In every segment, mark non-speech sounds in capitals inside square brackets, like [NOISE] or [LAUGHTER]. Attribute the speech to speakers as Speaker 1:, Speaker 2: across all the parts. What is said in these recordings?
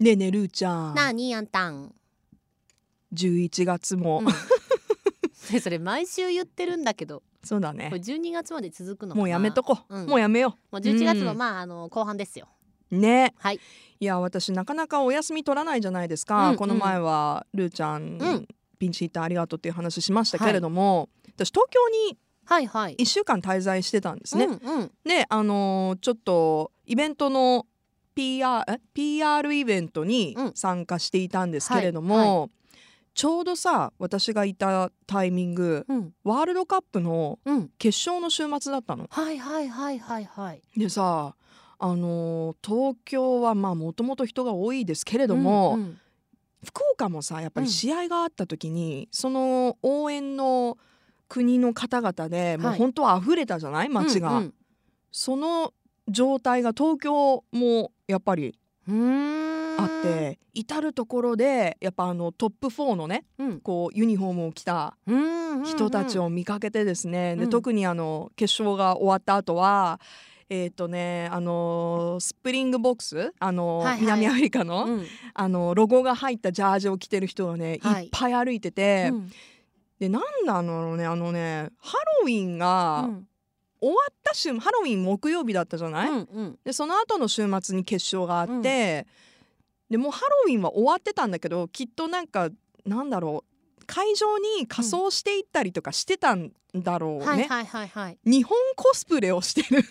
Speaker 1: ねえねえるーちゃん
Speaker 2: なあにあんたん、
Speaker 1: 11月も、
Speaker 2: うん [LAUGHS] それ毎週言ってるんだけど
Speaker 1: そうだ
Speaker 2: こ
Speaker 1: ね
Speaker 2: れ12月まで続くのかな
Speaker 1: もうやめとこ、
Speaker 2: うん
Speaker 1: もうやめよ
Speaker 2: もう11月の、
Speaker 1: うん
Speaker 2: まああの後半ですよ
Speaker 1: うね
Speaker 2: はい
Speaker 1: いや私なかなかお休み取らないじゃないですか、
Speaker 2: うん
Speaker 1: この前はるーちゃん、
Speaker 2: うん
Speaker 1: ピンチヒッターありがとうっていう話しましたけれども、私東京に
Speaker 2: はいはい
Speaker 1: 1週間滞在してたんですね、
Speaker 2: うんうん
Speaker 1: であのーちょっとイベントの PR, え PR イベントに
Speaker 2: うん
Speaker 1: 参加していたんですけれども、
Speaker 2: はい
Speaker 1: ちょうどさ私がいたタイミング
Speaker 2: うん
Speaker 1: ワールドカップの
Speaker 2: うん
Speaker 1: 決勝の週末だったの。
Speaker 2: はいはいはいはいはい
Speaker 1: でさあのー東京はまあもともと人が多いですけれ
Speaker 2: け
Speaker 1: ども、
Speaker 2: うんうん
Speaker 1: 福岡もさやっぱ
Speaker 2: う
Speaker 1: り
Speaker 2: ん
Speaker 1: 試合があった時に、その応援の国の方々でもう
Speaker 2: はい
Speaker 1: 本当は溢れたじゃない街が、
Speaker 2: うん
Speaker 1: その状態が東京もやっぱり
Speaker 2: うんうーん
Speaker 1: あって、至る所でやっぱあのトップ4のね
Speaker 2: うん
Speaker 1: こうユニフォームを着た
Speaker 2: うんうんうん
Speaker 1: 人たちを見かけてですね、
Speaker 2: うん
Speaker 1: で特にあの決勝が終わった後はえっ、とねあのースプリングボックスあのー、
Speaker 2: はいはい
Speaker 1: 南アフリカの、
Speaker 2: うん
Speaker 1: あのロゴが入ったジャージを着てる人がね、
Speaker 2: はい
Speaker 1: い、っぱい歩いてて、
Speaker 2: うん
Speaker 1: でなんだろうねあのねハロウィンが
Speaker 2: うん
Speaker 1: 終わった週、ハロウィン木曜日だったじゃない、
Speaker 2: うんうん
Speaker 1: でその後の週末に決勝があって、でもうハロウィンは終わってたんだけどきっとなんかなんだろう会場に仮装していったりとかしてたんだろうね、
Speaker 2: はいはいはいはい
Speaker 1: 日本コスプレをしてる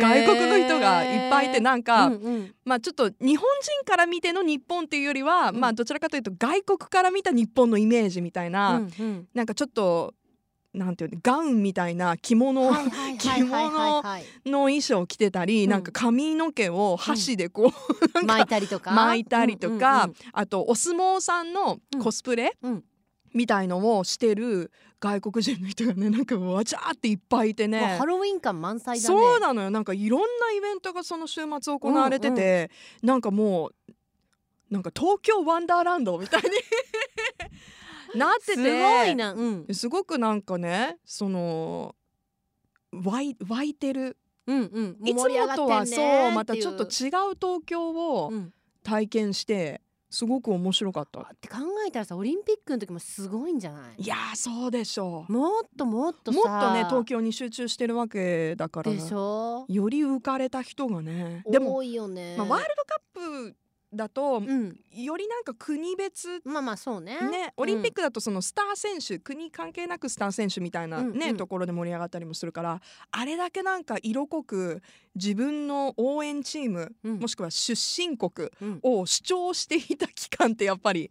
Speaker 1: 外国の人がいっぱいいて
Speaker 2: ん
Speaker 1: なんか、
Speaker 2: うんうん
Speaker 1: まあちょっと日本人から見ての日本っていうよりは、
Speaker 2: うん
Speaker 1: まあどちらかというと外国から見た日本のイメージみたいな、
Speaker 2: うんうん
Speaker 1: なんかちょっとなんていうのガウンみたいな着物
Speaker 2: はいはいはい
Speaker 1: 着
Speaker 2: はい
Speaker 1: 物
Speaker 2: はい
Speaker 1: の衣装を着てたり、
Speaker 2: うん
Speaker 1: なんか髪の毛を箸でこう、
Speaker 2: はい巻いたりとか
Speaker 1: 巻いたりとか、あとお相撲さんのコスプレ、
Speaker 2: うんうん
Speaker 1: みたいのをしてる外国人の人がねなんかわちゃーっていっぱいいて
Speaker 2: うんうんうんもう
Speaker 1: ね
Speaker 2: ハロウィン感満載だね
Speaker 1: そうなのよなんかいろんなイベントがその週末行われてて、なんかもうなんか東京ワンダーランドみたいに [LAUGHS] なってて
Speaker 2: すごいなうん
Speaker 1: すごくなんかねその湧い湧いてる
Speaker 2: うんうんもう
Speaker 1: いつ
Speaker 2: 盛り上が
Speaker 1: も
Speaker 2: って
Speaker 1: と
Speaker 2: んねー
Speaker 1: は
Speaker 2: ってい
Speaker 1: そうまたちょっと違う東京を
Speaker 2: うん
Speaker 1: 体験してすごく面白かった。
Speaker 2: って考えたらさオリンピックの時もすごいんじゃない
Speaker 1: いやーそうでしょう。
Speaker 2: もっともっとさ
Speaker 1: もっとね東京に集中してるわけだから
Speaker 2: でしょ
Speaker 1: より浮かれた人がねでも、
Speaker 2: 多いよね
Speaker 1: まあ、ワールドカップだと、
Speaker 2: うん
Speaker 1: よりなんか国別
Speaker 2: まあまあそうね
Speaker 1: ねオリンピックだとそのスター選手、国関係なくスター選手みたいな、
Speaker 2: うん
Speaker 1: ね
Speaker 2: うん
Speaker 1: ところで盛り上がったりもするからあれだけなんか色濃く自分の応援チーム
Speaker 2: うん
Speaker 1: もしくは出身国
Speaker 2: うん
Speaker 1: を主張していた期間ってやっぱり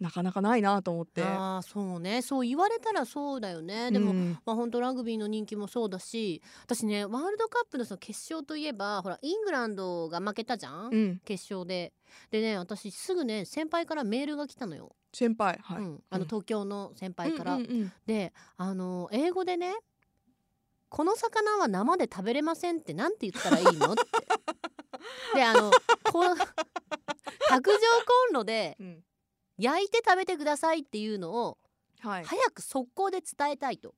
Speaker 1: なかなかないなと思って。
Speaker 2: あーそうねそう言われたらそうだよねでも、
Speaker 1: うん
Speaker 2: まあ本当ラグビーの人気もそうだし私ねワールドカップのその決勝といえばほらイングランドが負けたじゃん、
Speaker 1: うん、
Speaker 2: 決勝ででね私すぐね先輩からメールが来たのよ、
Speaker 1: 先輩はい、
Speaker 2: うん、あ
Speaker 1: う
Speaker 2: の
Speaker 1: ん
Speaker 2: 東京の先輩から、
Speaker 1: うんうんうん
Speaker 2: であの英語でね「この魚は生で食べれません」ってなんて言ったらいい
Speaker 1: [LAUGHS]
Speaker 2: のって。であのこう卓上コンロで
Speaker 1: うん
Speaker 2: 焼いて食べてくださいっていうのを [LAUGHS]
Speaker 1: はい、
Speaker 2: 早く速攻で伝えたいと。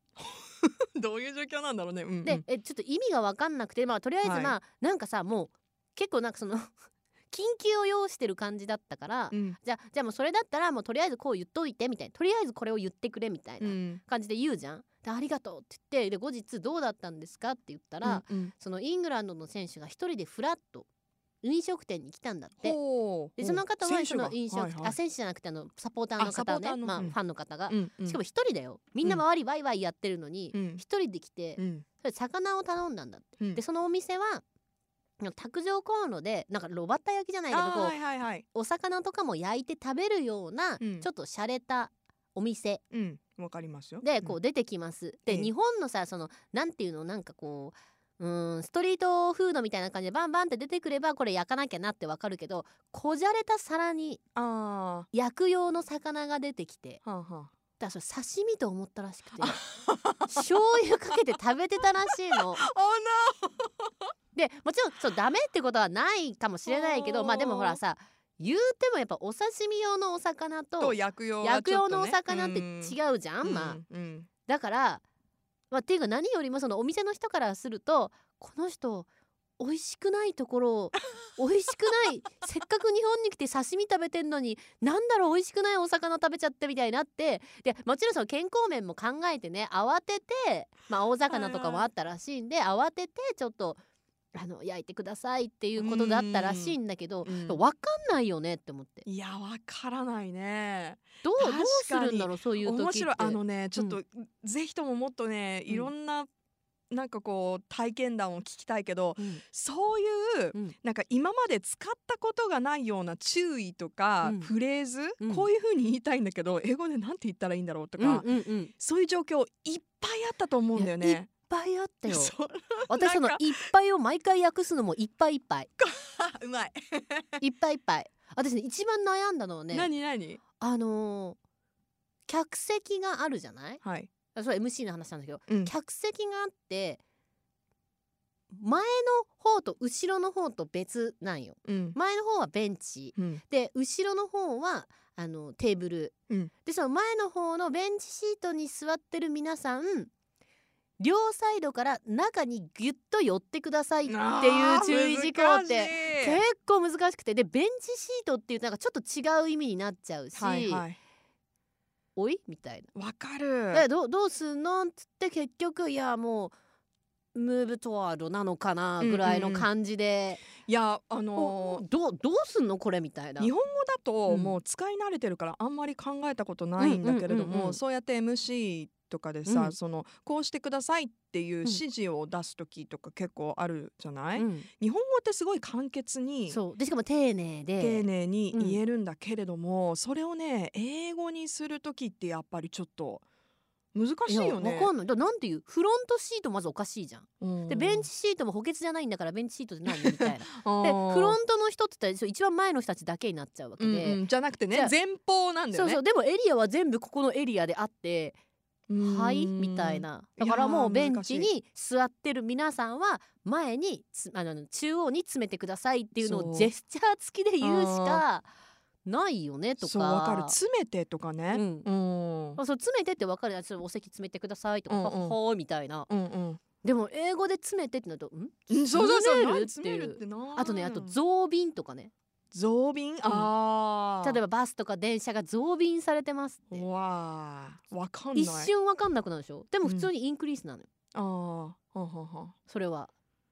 Speaker 1: どういう状況なんだろうね。うんうん、
Speaker 2: でえちょっと意味が分かんなくてまあとりあえず
Speaker 1: はい
Speaker 2: まあなんかさもう結構なんかその [LAUGHS] 緊急を要してる感じだったから
Speaker 1: うん
Speaker 2: じゃあじゃあもうそれだったらもうとりあえずこう言っといてみたいなとりあえずこれを言ってくれみたいな
Speaker 1: うん
Speaker 2: 感じで言うじゃん。でありがとうって言ってで後日どうだったんですかって言ったら、
Speaker 1: うんうん
Speaker 2: そのイングランドの選手が一人でフラッと飲食店に来たんだって。
Speaker 1: ほう
Speaker 2: でその方は
Speaker 1: 選
Speaker 2: そ
Speaker 1: 手
Speaker 2: の
Speaker 1: が
Speaker 2: 飲食、
Speaker 1: はいはい
Speaker 2: あ選手じゃなくてあのサポーターの
Speaker 1: あサ
Speaker 2: 方
Speaker 1: ポ
Speaker 2: を
Speaker 1: ータ
Speaker 2: ね
Speaker 1: ーの
Speaker 2: まあ、
Speaker 1: うん
Speaker 2: ファンの方が、
Speaker 1: うんうん
Speaker 2: しかも一人だよみんな
Speaker 1: うん
Speaker 2: 周りワイワイやってるのに
Speaker 1: うん
Speaker 2: 一、人で来て、
Speaker 1: うん
Speaker 2: それ魚を頼んだんだって、
Speaker 1: うん
Speaker 2: でそのお店は卓上コンロでなんかロバッタ焼きじゃないけど
Speaker 1: あー
Speaker 2: こう、
Speaker 1: はいはいはい、
Speaker 2: お魚とかも焼いて食べるような、
Speaker 1: うん
Speaker 2: ちょっと洒落たお店
Speaker 1: うん、わかりますよ。
Speaker 2: でこう出てきます、
Speaker 1: え
Speaker 2: で
Speaker 1: え
Speaker 2: 日本のさそのなんていうのなんかこううーんストリートフードみたいな感じでバンバンって出てくればこれ焼かなきゃなってわかるけどこじゃれた皿に
Speaker 1: うん、あ
Speaker 2: 焼く用の魚が出てきて
Speaker 1: あ、はあ、は
Speaker 2: だからそれ刺身と思ったらしくて醤油かけて食べてたらしいの。
Speaker 1: あ。あ
Speaker 2: でもちろんそうダメってことはないかもしれないけどまあでもほらさ言うてもやっぱお刺身用のお魚
Speaker 1: な。と
Speaker 2: と
Speaker 1: 薬用は
Speaker 2: 焼く
Speaker 1: ちょ
Speaker 2: 用
Speaker 1: っと
Speaker 2: のお
Speaker 1: ね
Speaker 2: 魚って
Speaker 1: うん
Speaker 2: 違うじゃんまあ。
Speaker 1: うんうん
Speaker 2: だから、まあ、っていうか何よりもそのお店の人からするとこの人美味しくないところを美味しく [LAUGHS] ないせっかく日本に来て刺身食べてんのになんだろう美味しくないお魚食べちゃってみたいになってでもちろんその健康面も考えてね慌てて、まあ、大魚とかもあったらしいんで、慌ててちょっとあの焼いてくださいっていうことだったらしいんだけど、
Speaker 1: うん
Speaker 2: 分かんないよねって思って
Speaker 1: いやわからないね
Speaker 2: どう
Speaker 1: 確
Speaker 2: ど
Speaker 1: か
Speaker 2: う
Speaker 1: に
Speaker 2: するんだろうそういう時って。
Speaker 1: 面白いあのねちょっと、ぜひとももっとねいろんな、なんかこう体験談を聞きたいけど
Speaker 2: うん
Speaker 1: そういう、
Speaker 2: うん
Speaker 1: なんか今まで使ったことがないような注意とか、
Speaker 2: うん
Speaker 1: フレーズ、
Speaker 2: うん
Speaker 1: こういうふうに言いたいんだけど英語でなんて言ったらいいんだろうとか、
Speaker 2: うんうんうんいっ
Speaker 1: そういう状況いっぱいあったと思うんだよ
Speaker 2: いや
Speaker 1: ね。
Speaker 2: ぱいあったよ
Speaker 1: そう
Speaker 2: 私その
Speaker 1: なん
Speaker 2: いっぱいを毎回訳すのもいっぱいいっぱい
Speaker 1: あうまい。
Speaker 2: いっぱいいっぱい私ね一番悩んだのはね
Speaker 1: 何何
Speaker 2: あのー客席があるじゃない
Speaker 1: はい。
Speaker 2: あそれ MC の話なんだけど
Speaker 1: うん
Speaker 2: 客席があって前の方と後ろの方と別なんよ
Speaker 1: うん
Speaker 2: 前の方はベンチ
Speaker 1: うん
Speaker 2: で後ろの方はあのテーブル、
Speaker 1: うん
Speaker 2: でその前の方のベンチシートに座ってる皆さん両サイドから中にギュッと寄ってくださいっていう注意事項って結
Speaker 1: 難し
Speaker 2: 構難しくてでベンチシートっていうなんかちょっと違う意味になっちゃうし「
Speaker 1: いはいはい。
Speaker 2: おい?」みたいな
Speaker 1: わか
Speaker 2: 「え
Speaker 1: る。
Speaker 2: どうどうすんの?」っつって結局いやもうムーブトワードなのかなぐらいの感じで、
Speaker 1: いやあ
Speaker 2: お
Speaker 1: のー
Speaker 2: どうどうすんのこれみたいな。
Speaker 1: 日本語だと
Speaker 2: うん
Speaker 1: もう使い慣れてるからあんまり考えたことないんだけれど
Speaker 2: うんうんうんう
Speaker 1: も
Speaker 2: ん
Speaker 1: そうやって MC とかでさ、
Speaker 2: うん
Speaker 1: そのこうしてくださいっていう
Speaker 2: うん
Speaker 1: 指示を出す時とか結構あるじゃない、
Speaker 2: うん
Speaker 1: 日本語ってすごい簡潔に
Speaker 2: そうでしかも丁寧で
Speaker 1: 丁寧に
Speaker 2: うん
Speaker 1: 言えるんだけれども、それをね英語にする時ってやっぱりちょっと難しいよ
Speaker 2: や
Speaker 1: ね
Speaker 2: わ。かんないだなんていうフロントシートまずおかしいじゃん、
Speaker 1: うん
Speaker 2: でベンチシートも補欠じゃないんだからベンチシートって何みたいなで
Speaker 1: [LAUGHS] あー
Speaker 2: フロントの人って言ったら一番前の人たちだけになっちゃうわけ
Speaker 1: うん
Speaker 2: で、
Speaker 1: うんじゃなくてね
Speaker 2: じゃあ
Speaker 1: 前方なんだよ
Speaker 2: そう
Speaker 1: ね。
Speaker 2: そうでもエリアは全部ここのエリアであって「
Speaker 1: うん
Speaker 2: はい」みたいなだからもう
Speaker 1: いや
Speaker 2: ベ
Speaker 1: ー
Speaker 2: ンチに座ってる皆さんは前につあの中央に詰めてくださいっていうの
Speaker 1: そ
Speaker 2: を
Speaker 1: う
Speaker 2: ジェスチャー付きで言うしかないよねとか
Speaker 1: そうわかる詰めてとかね。
Speaker 2: うん
Speaker 1: うん
Speaker 2: あそう詰めてって分かるやつお席詰めてくださいとか「
Speaker 1: うんうん
Speaker 2: ははーみたいな
Speaker 1: うんうん
Speaker 2: でも英語で詰めてってなると「ん?」
Speaker 1: うんそうそうそう
Speaker 2: 詰めるって
Speaker 1: 詰め
Speaker 2: い
Speaker 1: るっ
Speaker 2: う
Speaker 1: てな
Speaker 2: あとねあと増便とかね
Speaker 1: 増便ああ
Speaker 2: 例えばバスとか電車が増便されてますって
Speaker 1: ばわあわかんない
Speaker 2: 一瞬分かんなくなるでしょでも普通にインクリースなのよ
Speaker 1: あーはんはんはん
Speaker 2: それは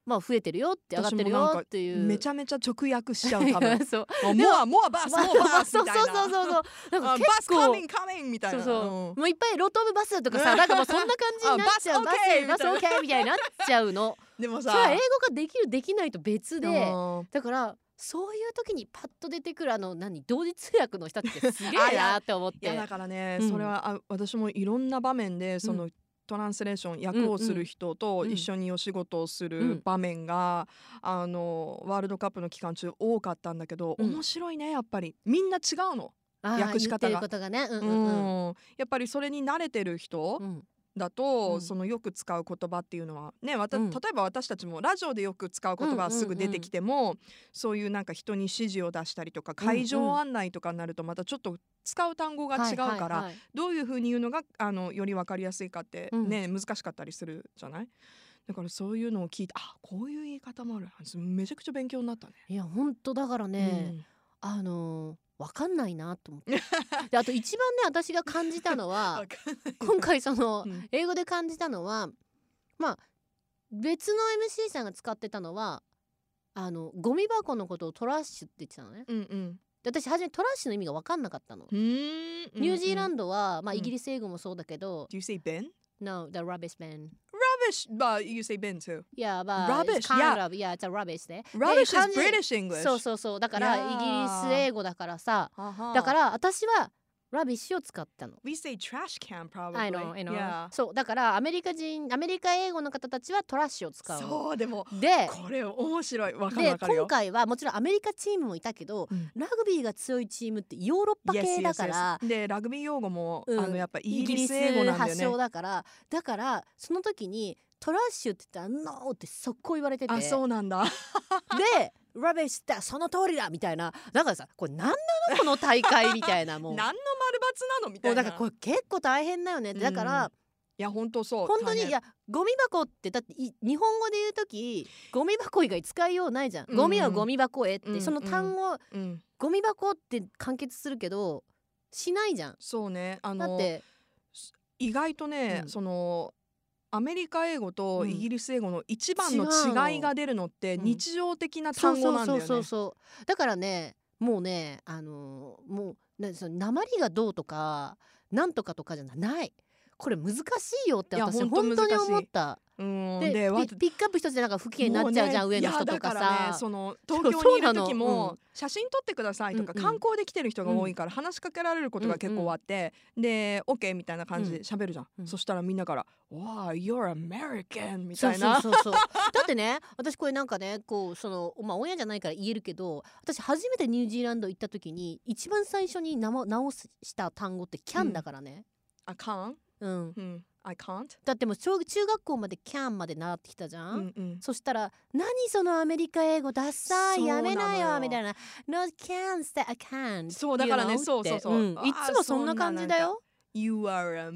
Speaker 2: まあ増えてるよって上がってる
Speaker 1: 私もなん
Speaker 2: よ
Speaker 1: か
Speaker 2: っていう
Speaker 1: めち
Speaker 2: ゃ
Speaker 1: ゃめちゃ直訳しちゃう多分
Speaker 2: [LAUGHS] そう
Speaker 1: あ [LAUGHS] もうあもうバスもうバス
Speaker 2: そう
Speaker 1: み
Speaker 2: そ
Speaker 1: た
Speaker 2: う
Speaker 1: いな
Speaker 2: そうそうそうなんか
Speaker 1: あバ
Speaker 2: 結
Speaker 1: スカミ
Speaker 2: 構
Speaker 1: ンカミンみたいな
Speaker 2: そうそう
Speaker 1: うん
Speaker 2: もういっぱいロートオブバスとかさなんかもうそんな感じになっちゃ
Speaker 1: あ
Speaker 2: う
Speaker 1: バ
Speaker 2: バ
Speaker 1: ス
Speaker 2: ス
Speaker 1: OK
Speaker 2: バス OK みたいになっちゃ
Speaker 1: [LAUGHS]
Speaker 2: うの
Speaker 1: でも
Speaker 2: そ
Speaker 1: さ
Speaker 2: れは英語ができるできないと別で
Speaker 1: うん
Speaker 2: だからそういう時にパッと出てくるあの何同時通訳の人ってすげ
Speaker 1: あ
Speaker 2: え
Speaker 1: いや
Speaker 2: なって思っ
Speaker 1: いや
Speaker 2: て
Speaker 1: だからね、
Speaker 2: うん
Speaker 1: それはあ私もいろんな場面でその、トランスレーション役をする人と
Speaker 2: うん
Speaker 1: 一緒にお仕事をす
Speaker 2: う
Speaker 1: る
Speaker 2: ん
Speaker 1: 場面が、あのワールドカップの期間中多かったんだけど、
Speaker 2: うん
Speaker 1: 面白いねやっぱりみんな違うの、
Speaker 2: あー
Speaker 1: 訳し方が
Speaker 2: 言ってることがねうん
Speaker 1: う
Speaker 2: うんうん
Speaker 1: んやっぱりそれに慣れてる人
Speaker 2: うん
Speaker 1: だと、
Speaker 2: うん
Speaker 1: そのよく使う言葉っていうのはねわた、
Speaker 2: うん
Speaker 1: 例えば私たちもラジオでよく使う言葉はすぐ出てきても、そういうなんか人に指示を出したりとか会場案内とかになるとまたちょっと使う単語が違うから、
Speaker 2: はいはいはい
Speaker 1: どういうふうに言うのがあのより分かりやすいかって、
Speaker 2: うん
Speaker 1: ね難しかったりするじゃないだからそういうのを聞いてあこういう言い方もあるめちゃくちゃ勉強になったね。
Speaker 2: いや本当だからね、あのーわかんないなと思
Speaker 1: [LAUGHS]
Speaker 2: ってであと一番ね私が感じた
Speaker 1: う
Speaker 2: の
Speaker 1: ん、 [LAUGHS]
Speaker 2: は
Speaker 1: わかんない
Speaker 2: 今回その
Speaker 1: うん
Speaker 2: 英語で感じたのはまあ別の MC さんが使ってたのはあのゴミ箱のことをトラッシュって言ってたのね
Speaker 1: うんうん
Speaker 2: で私初めトラッシュの意味が分かんなかったの、
Speaker 1: うーん
Speaker 2: ニュージーラ
Speaker 1: ド。
Speaker 2: ンドは、まあ、
Speaker 1: うん
Speaker 2: イギリス英語もそうだけど、
Speaker 1: Do you say Ben?
Speaker 2: No, the rubbish man.
Speaker 1: Rubbish! But you say Ben too.
Speaker 2: Yeah, but
Speaker 1: Rubbish,
Speaker 2: it's kind
Speaker 1: yeah.
Speaker 2: of, yeah, it's a rubbish ね。
Speaker 1: Rubbish is
Speaker 2: 感じ
Speaker 1: British English.
Speaker 2: そうそうそう。だから、
Speaker 1: Yeah.
Speaker 2: イギリス英語だからさ、
Speaker 1: はは
Speaker 2: だから私はラビッシュを使ったの。
Speaker 1: We say trash can probably.
Speaker 2: I know, I know.
Speaker 1: Yeah.
Speaker 2: そうだからアメリカ人アメリカ英語の方たちはトラッシュを使うの。
Speaker 1: そうでも
Speaker 2: で
Speaker 1: これ面白いわかる
Speaker 2: で
Speaker 1: わかるよ。
Speaker 2: 今回はもちろんアメリカチームもいたけど、
Speaker 1: うん
Speaker 2: ラグビーが強いチームってヨーロッパ
Speaker 1: Yes,
Speaker 2: 系
Speaker 1: yes,
Speaker 2: だから。
Speaker 1: yes. でラグビー用語も、
Speaker 2: うん
Speaker 1: あのやっぱイ
Speaker 2: イ
Speaker 1: ギ
Speaker 2: ギ
Speaker 1: リス
Speaker 2: リス
Speaker 1: 英語なんだよ
Speaker 2: 発
Speaker 1: ね
Speaker 2: 祥。だからだからその時にトラッシュって言ったら「NO!」って速攻言われてて
Speaker 1: あそうなんだ。
Speaker 2: で「ラベシュってその通りだ!」みたいなだからさこれ何なのこの大会みたいなも
Speaker 1: [LAUGHS]
Speaker 2: う
Speaker 1: 何の丸抜なのみた
Speaker 2: もう
Speaker 1: いな。
Speaker 2: だからこれ結構大変だよねってだから、
Speaker 1: いや本当そう
Speaker 2: 本当
Speaker 1: 大
Speaker 2: にい
Speaker 1: 変
Speaker 2: やゴミ箱ってだってい日本語で言う時ゴミ箱以外使いようないじゃん、
Speaker 1: うん
Speaker 2: ゴミはゴミ箱へって、
Speaker 1: うん
Speaker 2: その単語、
Speaker 1: うん
Speaker 2: ゴミ箱って完結するけどしないじゃん
Speaker 1: そうねあ
Speaker 2: だっ
Speaker 1: の
Speaker 2: て
Speaker 1: 意外とね、
Speaker 2: うん
Speaker 1: そのアメリカ英語とイギリス英語の一番の
Speaker 2: 違うの
Speaker 1: 違いが出るのって
Speaker 2: うん
Speaker 1: 日常的な
Speaker 2: そう
Speaker 1: 単語
Speaker 2: そ
Speaker 1: な
Speaker 2: う
Speaker 1: だ
Speaker 2: んそ
Speaker 1: よ
Speaker 2: う
Speaker 1: ね。
Speaker 2: そうそうだからねもうねあのーもうなその鉛がどうとかなんとかとかじゃないこれ難しいよって
Speaker 1: いや
Speaker 2: 私
Speaker 1: ほんと
Speaker 2: 本当に
Speaker 1: 難しい
Speaker 2: 思った
Speaker 1: うん
Speaker 2: で
Speaker 1: でわ
Speaker 2: ピピックアップ一つでなんか不機嫌になっちゃうじゃん
Speaker 1: もね
Speaker 2: 上の人とか
Speaker 1: いやだから
Speaker 2: さ
Speaker 1: ね、その
Speaker 2: そう
Speaker 1: 東京にい
Speaker 2: そ
Speaker 1: る
Speaker 2: うなの
Speaker 1: 時
Speaker 2: う
Speaker 1: も写真撮ってくださいとか、
Speaker 2: うんうん
Speaker 1: 観光で来てる人が多いから話しかけられることが結構あって、で OK みたいな感じで喋るじゃん、
Speaker 2: うん
Speaker 1: そしたらみんなから「Wow you're American」みた
Speaker 2: そう
Speaker 1: い
Speaker 2: そう
Speaker 1: な
Speaker 2: そう [LAUGHS] そうだってね私これなんかねこうそのまあ親じゃないから言えるけど私初めてニュージーランド行った時に一番最初になま直すした単語って「キャン」だからね。
Speaker 1: 「I can't」
Speaker 2: うん
Speaker 1: うん「I can't
Speaker 2: だってもう小中学校まで「キャン」まで習ってきたじゃ。
Speaker 1: うんん」うん
Speaker 2: そしたら「何そのアメリカ英語ダッサ
Speaker 1: そ
Speaker 2: いう
Speaker 1: な
Speaker 2: や
Speaker 1: のよ
Speaker 2: めなよ」みたいな「No can say I can」
Speaker 1: そうだからね
Speaker 2: you know?
Speaker 1: そうそうそう
Speaker 2: ってんいつもそんな感じだよ。
Speaker 1: 「You are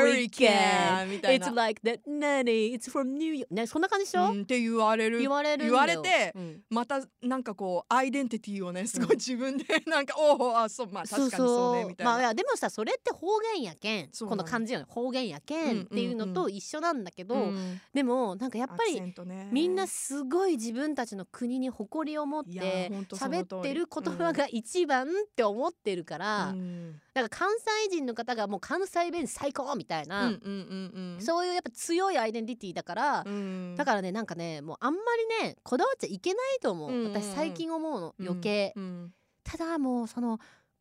Speaker 1: American」みたいな
Speaker 2: It's、like that 何 It's from New York ねそんな感じでしょ、
Speaker 1: うんって言われる
Speaker 2: 言われるんだよ
Speaker 1: 言われて
Speaker 2: うん
Speaker 1: またなんかこうアイデンティティをねすごい自分で [LAUGHS] なんか、おおあそうまあ確かにそうねみたいな。
Speaker 2: まあいやでもさそれって方言やけん
Speaker 1: そう
Speaker 2: こ
Speaker 1: なの
Speaker 2: の漢字よね方言やけんっていうの
Speaker 1: うんうん
Speaker 2: と一緒なんだけど、
Speaker 1: うん
Speaker 2: でもなんかやっぱ
Speaker 1: アク
Speaker 2: り
Speaker 1: セントね
Speaker 2: みんなすごい自分たちの国に誇りを持っ
Speaker 1: いやー
Speaker 2: て
Speaker 1: ほんとそ
Speaker 2: 喋
Speaker 1: の
Speaker 2: っ
Speaker 1: 通
Speaker 2: て
Speaker 1: り
Speaker 2: る言葉が一番って思ってるから、
Speaker 1: うん
Speaker 2: なんか関西人の方がもう関西弁最高みた
Speaker 1: う
Speaker 2: い
Speaker 1: んうん
Speaker 2: な、
Speaker 1: うんうん
Speaker 2: そういうやっぱ強いアイデンティティだから、
Speaker 1: うん
Speaker 2: だからねなんかねもうあんまりねこだわっちゃいけないと思う、
Speaker 1: うんうんうん
Speaker 2: 私最近思うの
Speaker 1: うん
Speaker 2: 余計、
Speaker 1: うん
Speaker 2: ただもうその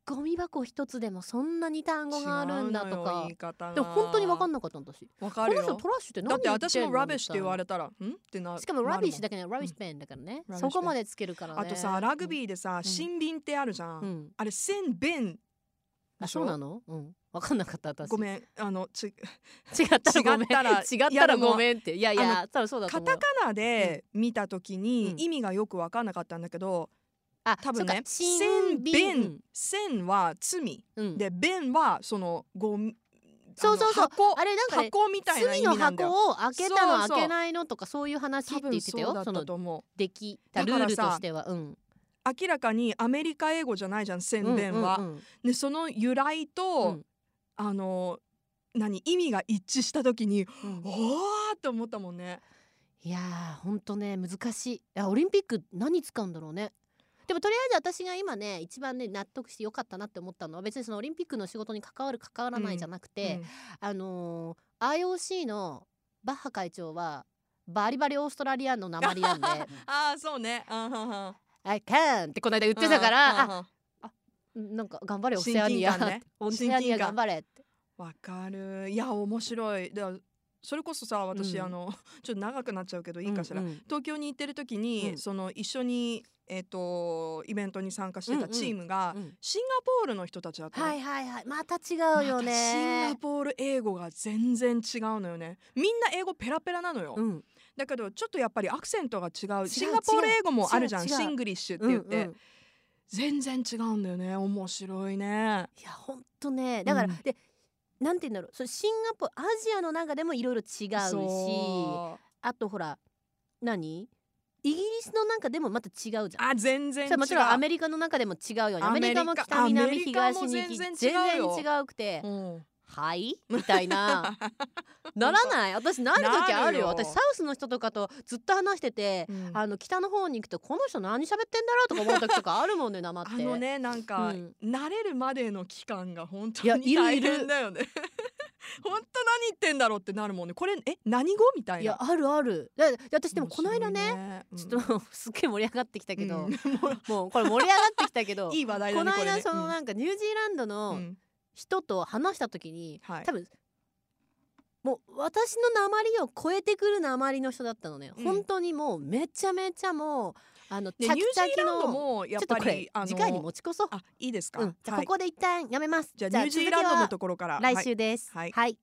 Speaker 2: ゴミ箱一つでもそんなに単語があるんだ
Speaker 1: 違
Speaker 2: と
Speaker 1: うのよ
Speaker 2: か
Speaker 1: 言い方が
Speaker 2: でも本当に分かん
Speaker 1: な
Speaker 2: なかったの私
Speaker 1: いわ
Speaker 2: こ
Speaker 1: かる
Speaker 2: の人
Speaker 1: よ
Speaker 2: トラッシュって
Speaker 1: だ
Speaker 2: 何
Speaker 1: って私もラビッシュって言わ
Speaker 2: れ
Speaker 1: れたらんってな
Speaker 2: しかもラビッシュ
Speaker 1: だ
Speaker 2: だけねラビッシュペンだからね、
Speaker 1: ラビッシ
Speaker 2: そ
Speaker 1: ュ
Speaker 2: こまでつけるからね
Speaker 1: あとさラグビーでさ
Speaker 2: ん
Speaker 1: 新瓶ってあるじゃ
Speaker 2: うんん
Speaker 1: あれ千便
Speaker 2: あ
Speaker 1: でしょ
Speaker 2: そうなのうん分かんなかった私
Speaker 1: ごめんあのち
Speaker 2: 違ったらごめん
Speaker 1: 違ったら
Speaker 2: 違っ
Speaker 1: い
Speaker 2: た
Speaker 1: やで
Speaker 2: ら
Speaker 1: も
Speaker 2: ごめんっていやいや多分そうだと
Speaker 1: カ
Speaker 2: 思う
Speaker 1: タカナで見た時に
Speaker 2: うん
Speaker 1: 意味がよく分かんなかったんだけど
Speaker 2: あ
Speaker 1: 多分
Speaker 2: そ
Speaker 1: ね
Speaker 2: うか
Speaker 1: 千便
Speaker 2: 新便
Speaker 1: 千は罪
Speaker 2: うん
Speaker 1: で便はそのゴミ
Speaker 2: そうそうそう
Speaker 1: あの箱
Speaker 2: あれなんかね
Speaker 1: 箱みたいな
Speaker 2: 罪
Speaker 1: 意
Speaker 2: の
Speaker 1: 味なんだよ
Speaker 2: 箱を開けた
Speaker 1: そ
Speaker 2: の
Speaker 1: うそう
Speaker 2: 開けないのとかそういう話っ
Speaker 1: 多
Speaker 2: て言
Speaker 1: 分
Speaker 2: ってた
Speaker 1: そうだ
Speaker 2: よ
Speaker 1: っ
Speaker 2: そ
Speaker 1: た
Speaker 2: の
Speaker 1: と思う
Speaker 2: できたルールとしてはうん
Speaker 1: 明らかにアメリカ英語じゃないじゃん宣伝は、
Speaker 2: うんうんうん
Speaker 1: でその由来と、
Speaker 2: うん
Speaker 1: あの何意味が一致した時に
Speaker 2: うん
Speaker 1: おーって思ったもんね
Speaker 2: いやーほんとね難しいいやオリンピック何使うんだろうねでもとりあえず私が今ね一番ね納得してよかったなって思ったのは別にそのオリンピックの仕事に関わる関わらないじゃなくて、あのー IOC のバッハ会長はバリバリオーストラリアンの鉛なんで
Speaker 1: うんああそうねあはは
Speaker 2: 「I can」ってこの間言ってたから、
Speaker 1: うん
Speaker 2: あ
Speaker 1: うん
Speaker 2: なんか頑張れオセアニ
Speaker 1: 親近
Speaker 2: ア、
Speaker 1: 感ね
Speaker 2: オセアニ
Speaker 1: 親近
Speaker 2: ア
Speaker 1: 感
Speaker 2: 頑張れって
Speaker 1: わかるいや面白いだそれこそさ私、
Speaker 2: うん
Speaker 1: あの [LAUGHS] ちょっと長くなっちゃうけどいいかしら、
Speaker 2: うんうん
Speaker 1: 東京に行ってる時に、
Speaker 2: うん
Speaker 1: その一緒にえっ、とイベントに参加してたチームが、
Speaker 2: うん
Speaker 1: シンガポールの人たちだったの
Speaker 2: はいはいはいまた違うよ
Speaker 1: シン
Speaker 2: ね
Speaker 1: ガ。ポール英語が全然違うのよねみんな英語ペラペラなのよ、
Speaker 2: うん
Speaker 1: だけどちょっとやっぱりアクセントが違う
Speaker 2: 違う
Speaker 1: シンガポール英語もあるじゃん
Speaker 2: 違う違う
Speaker 1: シングリッシュって言って、
Speaker 2: うんうん
Speaker 1: 全然違うんだよね面白いね
Speaker 2: いやほんとねだから、
Speaker 1: うん
Speaker 2: でなんて言うんだろうそれシンガポールアジアの中でもいろいろ違うし
Speaker 1: そう
Speaker 2: あとほら何イギリスの中でもまた違うじゃん。
Speaker 1: あ全然違
Speaker 2: それ
Speaker 1: う
Speaker 2: もちろんアメリカの中でも違うよねア
Speaker 1: ア
Speaker 2: メ
Speaker 1: メリ
Speaker 2: リカ
Speaker 1: カ
Speaker 2: も北
Speaker 1: アメ
Speaker 2: 南
Speaker 1: リカも
Speaker 2: 東に行き
Speaker 1: 全
Speaker 2: 全
Speaker 1: 然違
Speaker 2: 然
Speaker 1: うよ
Speaker 2: 違うくて
Speaker 1: うん
Speaker 2: 「はい?」みたい
Speaker 1: [LAUGHS]
Speaker 2: なならない私なる時あ
Speaker 1: なる
Speaker 2: るよ
Speaker 1: よ
Speaker 2: 私サウスの人とかとずっと話してて、
Speaker 1: うん
Speaker 2: あの北の方に行くと「この人何喋ってんだろ?」とか思う時とかあるも
Speaker 1: [LAUGHS]
Speaker 2: んね生っ
Speaker 1: あ
Speaker 2: て。
Speaker 1: のねなんか、
Speaker 2: うん
Speaker 1: 慣れるまでの期間が本
Speaker 2: いや
Speaker 1: 当
Speaker 2: いるい
Speaker 1: に
Speaker 2: る
Speaker 1: 大変だよね [LAUGHS] 本当何言ってんだろうってなるもんねこれえ何語みたいない
Speaker 2: やあるあるだだ私でもこの間ね
Speaker 1: 面
Speaker 2: ち
Speaker 1: 白いね
Speaker 2: ょっとすっげえ盛り上がってきたけど、
Speaker 1: うんも
Speaker 2: [LAUGHS] もうこれ盛り上がってきたけど
Speaker 1: う [LAUGHS] いい話題だ
Speaker 2: こ
Speaker 1: ね
Speaker 2: の
Speaker 1: これ
Speaker 2: 間
Speaker 1: ね
Speaker 2: その
Speaker 1: うん
Speaker 2: なんかニュージーランド
Speaker 1: う
Speaker 2: の
Speaker 1: ん
Speaker 2: 人と話した時に、
Speaker 1: はい
Speaker 2: 多分もう私の鉛を超えてくる鉛の人だったのね、
Speaker 1: うん
Speaker 2: 本当にもうめちゃめちゃもうあの
Speaker 1: で
Speaker 2: チャ
Speaker 1: ニ
Speaker 2: キ
Speaker 1: ュー
Speaker 2: チャ
Speaker 1: ジ
Speaker 2: キ
Speaker 1: ーランド
Speaker 2: の
Speaker 1: もやっ
Speaker 2: ちょっと
Speaker 1: ぱ
Speaker 2: これ
Speaker 1: りあの
Speaker 2: 次回に持ち越そう、
Speaker 1: あいいですか、
Speaker 2: うん、じゃ
Speaker 1: は
Speaker 2: あこ
Speaker 1: い
Speaker 2: こで一旦やめます、
Speaker 1: じゃあニュージーランドのところから
Speaker 2: 来週です
Speaker 1: はい
Speaker 2: はい